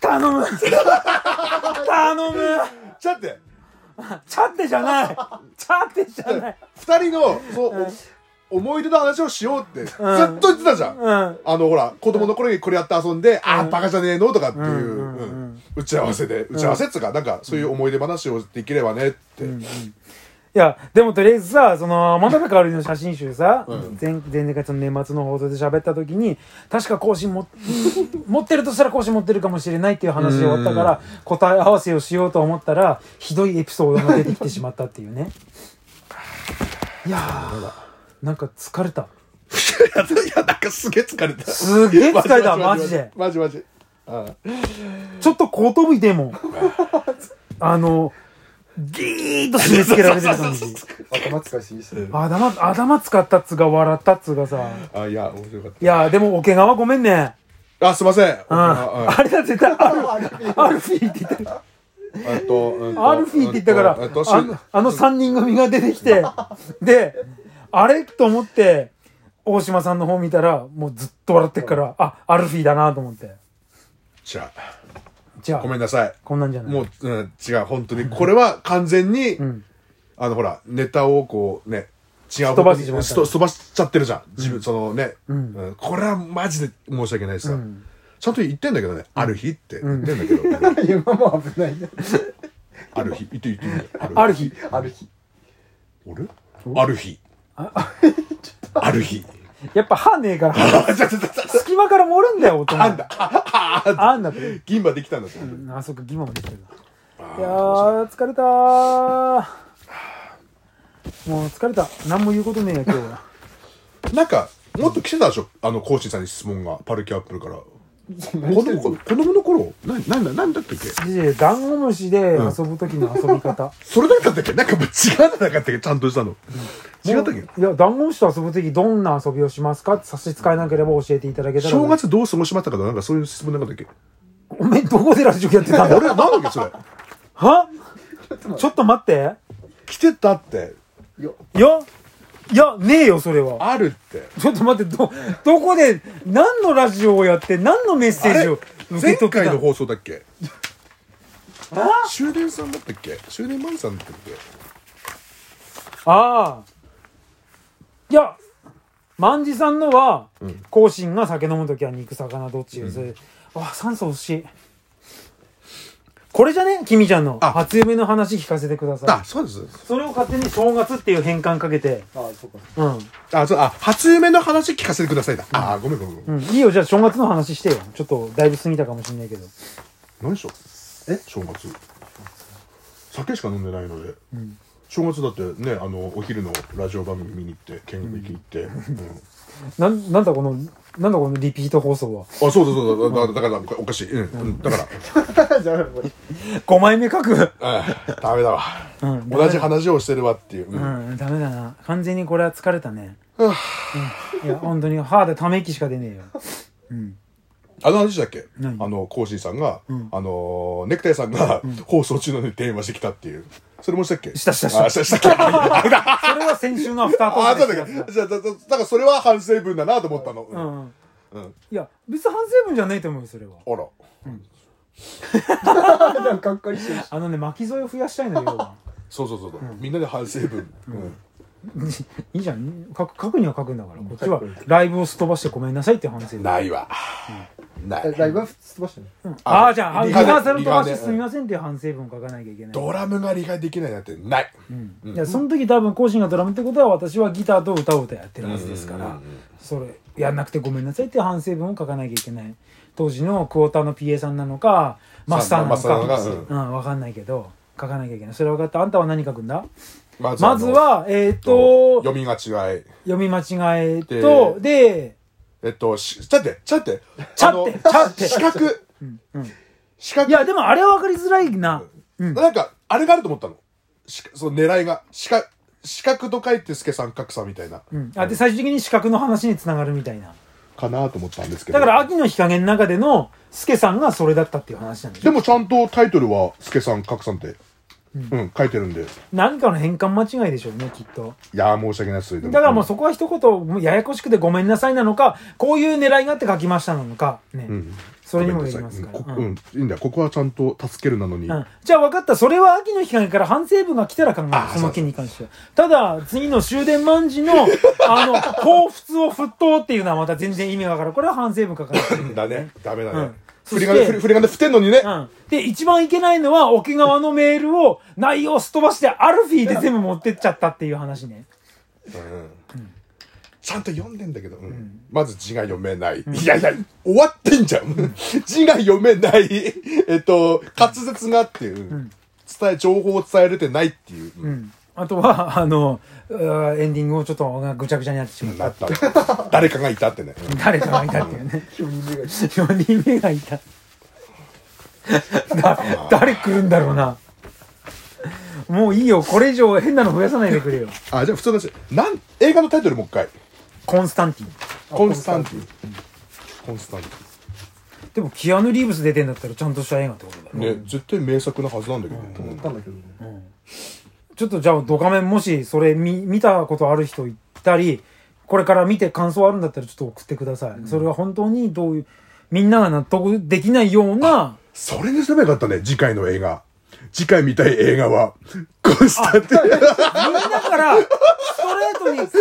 頼む頼むちゃってチャってじゃないチャってじゃない二人のそう、お思い出の話をしようって、ずっと言ってたじゃん、うんあのほら子供の頃にこれやって遊んで、ああバカじゃねえのとかっていう、うんうんうんうん打ち合わせで打ち合わせっつうかなんかそういう思い出話をできればねって、 いや、でもとりあえずさ、その、真鍋かおりの写真集さ、うん前、前々回その年末の放送で喋った時に、確か更新も、持ってるとしたら更新持ってるかもしれないっていう話で終わったから、答え合わせをしようと思ったら、ひどいエピソードが出てきてしまったっていう ね。いやー、なんか疲れた。いやなんかすげえ疲れたすげえ疲れ た、マジで。マジマジあちょっと後頭部痛い もん。あの、ギーッと締め付けられてる感 じ。頭使いすぎしてる。頭、頭使ったっつうか笑ったっつうかさ。あいや面白かっいやー、でもお怪我はごめんね。たあすいませんうん。ああれだ、絶対、ア ルアルフィーって言ったえっとうんとアルフィーって言ったから、うんとしあのあの3人組が出てきて、で、あれと思って、大島さんの方見たら、もうずっと笑ってっから、あ、アルフィーだなと思って。じゃあじゃあ、ごめんなさいこんなんじゃないもう、うん、違う本当にこれは完全に、んあのほらネタをこうね違うすっ飛ばしてしまっにたすとすっ飛ばしちゃってるじゃん自分、そのね、んうんこれはマジで申し訳ないですが、んちゃんと言ってんだけどね、ある日って言ってんだけど、 今も危ないね。ある日言って言って言ってある日、ある日。俺ある日ある日やっぱ歯ねえから、あちょっとちょっと隙間から漏れんだよ、音が。あんだ。あんだって。銀歯できたんだと思ってうんあ、そっか、義務もできてるな。いやー、疲れたー。もう疲れた。何も言うことねえや、今日は。 なんかもっと来てたでしょあのコーチンさんに質問がパルキアップルから子供子供の頃ななんだなんだったっけいやいやダンゴムシで遊ぶ時の遊び 方。それだったんだっけなんかもう違うんだかったっけちゃんとしたの。違ったっけいや、ダンゴムシと遊ぶ時どんな遊びをしますかって差し支えなければ教えていただけたら。正月どう過ごしましたかとかなんかそういう質問なかったっけおめえどこでラジオやって たんだ俺、なんだっけそれ。はちょっと待って。来てたって、いや、いや、ねえよ、それは。あるって。ちょっと待って、ど、どこで、何のラジオをやって、何のメッセージを受前け取って回たの放送だっけ終電さんだったっけ終電マンさんだったっけああ。いや、万事さんのは、後進が酒飲むときは肉、魚、どっち、うそれあ、酸素欲しい。これじゃね君ちゃんのあ初夢の話聞かせてくださあ、そうです。い。それを勝手に正月っていう変換かけて。あ、そうか。うん。あ、そう、あ、初夢の話聞かせてくださいだ。あー、ごめんごめんごめうん。ん。いいよ、じゃあ正月の話してよ。ちょっと、だいぶ過ぎたかもしんないけど。何でしょうえ正月。酒しか飲んでないので。正月だってね、あの、お昼のラジオ番組見に行って、見劇行って。うんなん、なんだこの、なんだこのリピート放送は。あ、そうだそうだ、だだだから、おかしい。うんうん、だから、じゃあ、これ。 5枚目書く。うんダメだわ。うん同じ話をしてるわっていう。ううんん、ダメだな。完全にこれは疲れたね。うんいや、本当に、歯でため息しか出ねえよ。あの話したっけあ何の、コーシーさんが、あのー、ネクタイさんが放送中なのに電話してきたっていう。それもしたっけしたしたしたあしたしたっけあ、それは先週のアフタートークそでうだすっけよじゃあだだだからそれは反省文だなと思ったの。うんうんあうんいや別に反省文じゃないと思うよそれはら。なんかかっこいいし。あのね巻き添えを増やしたいの よそうそうそうそう。みんなで反省文。うんいいじゃん書く書くには書くんだからこっちはライブをすっ飛ばしてごめんなさいっていう反省文ないわ。なえライい。ブはすっ飛ばしてね。ああじゃあリリハハでーサル飛ばしてリハですみませんっていう反省文を書かなきゃいけないドラムが理解できないなんてない。いやその時多分講師がドラムってことは私はギターと歌を歌やってるはずですからそれやんなくてごめんなさいっていう反省文を書かなきゃいけない当時のクォーターの PA さんなのかマスターなのさんマかスターなのうんわかんないけど書かなきゃいけないそれ分かったあんたは何書くんだまあまず、は、えっ、あのと、読みが違い。読み間違えと、で、えっと、しちゃって、ちゃって、ちゃってあのちゃって四角、四角、いや、でもあれは分かりづらいな。うん。なんか、あれがあると思ったの。しその狙いが、四角、四角と書いて助三角さみたいな、うんあで、最終的に視覚の話につながるみたいな。かなと思ったんですけど。だから、、秋の日陰の中での、助さんがそれだったっていう話なんでしでょもちゃんとタイトルは助三角さんってうん、書いてるんで。何かの変換間違いでしょうねきっといやー、申し訳ないです。それでだからもうそこは一言もうややこしくてごめんなさいなのかこういう狙いがあって書きましたなのかね、うん。それにもよりますからごめうんなさいんこうん、いいんだよ。ここはちゃんと助けるなのに。うんじゃあ分かったそれは秋の日陰から反省文が来たら考えるあーその件に関してはただ次の終電卍 のあの彷彿を沸騰っていうのはまた全然意味が分からんこれは反省文書かないだね。ダメだうねん。振り金、そして振り振り金振ってんのにね。うん。で、一番いけないのは、沖縄のメールを、内容すっ飛ばして、アルフィーで全部持ってっちゃったっていう話ね。うんちゃんと読んでんだけど、うんまず字が読めない。いやいや、終わってんじゃん。字が読めない。えっと、滑舌がっていう。伝え、情報を伝えれてないっていう。ううんん。あとは、あの、うーエンディングをちょっとぐちゃぐちゃになってしまった。なった。誰かがいたってね。誰かがいたっていうね。 今日夢が4人目がいた。だ誰来るんだろうな。もういいよ。これ以上変なの増やさないでくれよ。あ、じゃあ普通の話。なん、映画のタイトルもう一回。コンスタンティン。コンスタンティン。コンスタンテでも、キアヌ・リーブス出てんだったらちゃんとした映画ってことだよィン。ね、絶対名作なはずなんだけど。思ったんだけどね。ちょっとじゃあ、ドカメンもし、それ見、見たことある人いたり、これから見て感想あるんだったらちょっと送ってください。それは本当にどういう、みんなが納得できないような、それにすればよかったね、次回の映画。次回見たい映画は、コンスタンティン。みんなから、ストレートにコンス、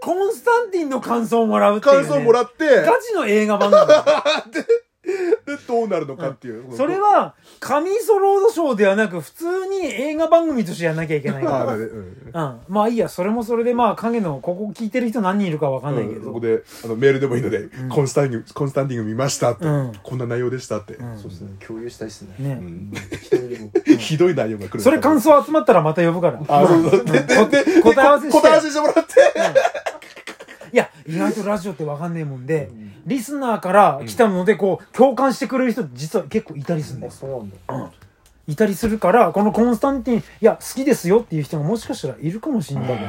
コンスタンティンの感想をもらうっていう、 感ね。想もらって、ガチの映画版なんだ。でどうなるのかっていう。それは、神ソロードショーではなく、普通に映画番組としてやんなきゃいけないかあら。だねうんうん。まあいいや、それもそれで、まあ影の、ここ聞いてる人何人いるかわかんないけそどこ。であのメールでもいいので、コンスタンディングコンスタンディング見ましたって、うんこんな内容でしたって、そうですね。共有したいですね。ね。一人でも。ひどい内容が来るそれ感想集まったらまた呼ぶから。 あそうそうでででで答え合わせして答え合わせしてもらって いや、意外とラジオってわかんねえもんで、リスナーから来たので、こう、共感してくれる人、実は結構いたりするんであ、す。そうなんだ。いたりするから、このコンスタンティン、いや、好きですよっていう人がもしかしたらいるかもしれないか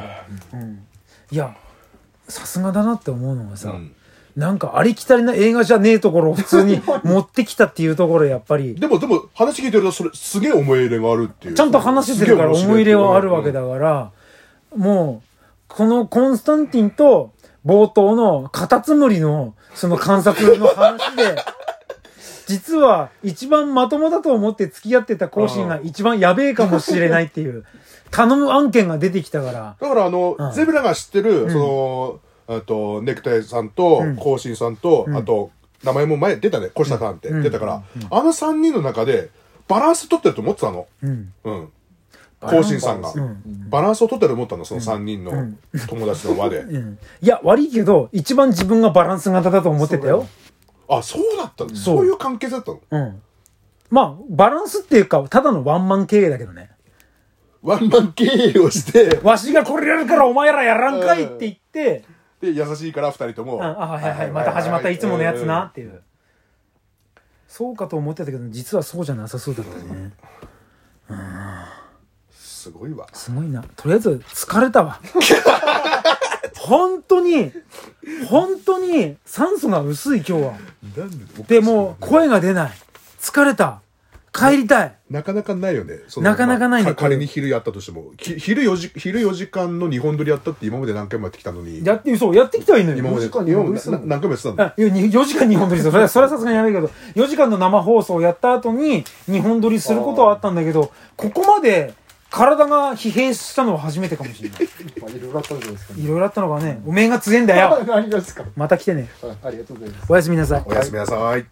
ら。うん。いや、さすがだなって思うのがさ、うんなんかありきたりな映画じゃねえところを普通に持ってきたっていうところ、やっぱり、でもでも話聞いてるとそれすげえ思い入れがあるっていうちゃんと話してるから思すげえい入面白れはあるわけだから、もう、このコンスタンティンと冒頭のカタツムリのその観察の話で、実は一番まともだと思って付き合ってた講師が一番やべえかもしれないっていう、頼む案件が出てきたから、だからあの、うんゼブラが知ってる、そのあとネクタイさんとんコウシンさんと、あと名前も前出たね小下さんって、ん出たから、あの3人の中でバランス取ってると思ってたのうん。うんコウシンさんが、うんバランスを取ってると思ったのその3人の友達の輪で、うんいや、悪いけど、一番自分がバランス型だと思ってたよ。あそうだったのそうそういう関係性だったのうん。まあ、バランスっていうか、ただのワンマン経営だけどね。ワンマン経営をしてわしがこれやるからお前らやらんかいって言って、で優しいから2人とも、うん、あ、はいはい、また始まったいつものやつなっていう。そうかと思ってたけど、実はそうじゃなさそうだったね。すごいわすごいな。とりあえず、疲れた わ。本当に、本当に酸素が薄い今日は。なんでで、もう声が出ない。疲れた。帰りたい。なかなかないよね。そなかなかないねまあ仮に昼やったとしても、き昼4時、昼4時間の日本撮りやったって今まで何回もやってきたのに、やって、そう、やってきたらいいのよ。今まで、 4時今ま間日本撮でりすんのな何回もやってたんだ。あいやに4時間日本撮りする。それはそれはさすがにやばいけど、4時間の生放送をやった後に日本撮りすることはあったんだけど、ここまで体が疲弊したのは初めてかもしれない。まあ、いろいろあったんじゃないですかね。いろいろあったのがね、おめえが強えんだよ。 何がですかまた来てね。あありがとうございます。おやすみなさいお。やすみなさい。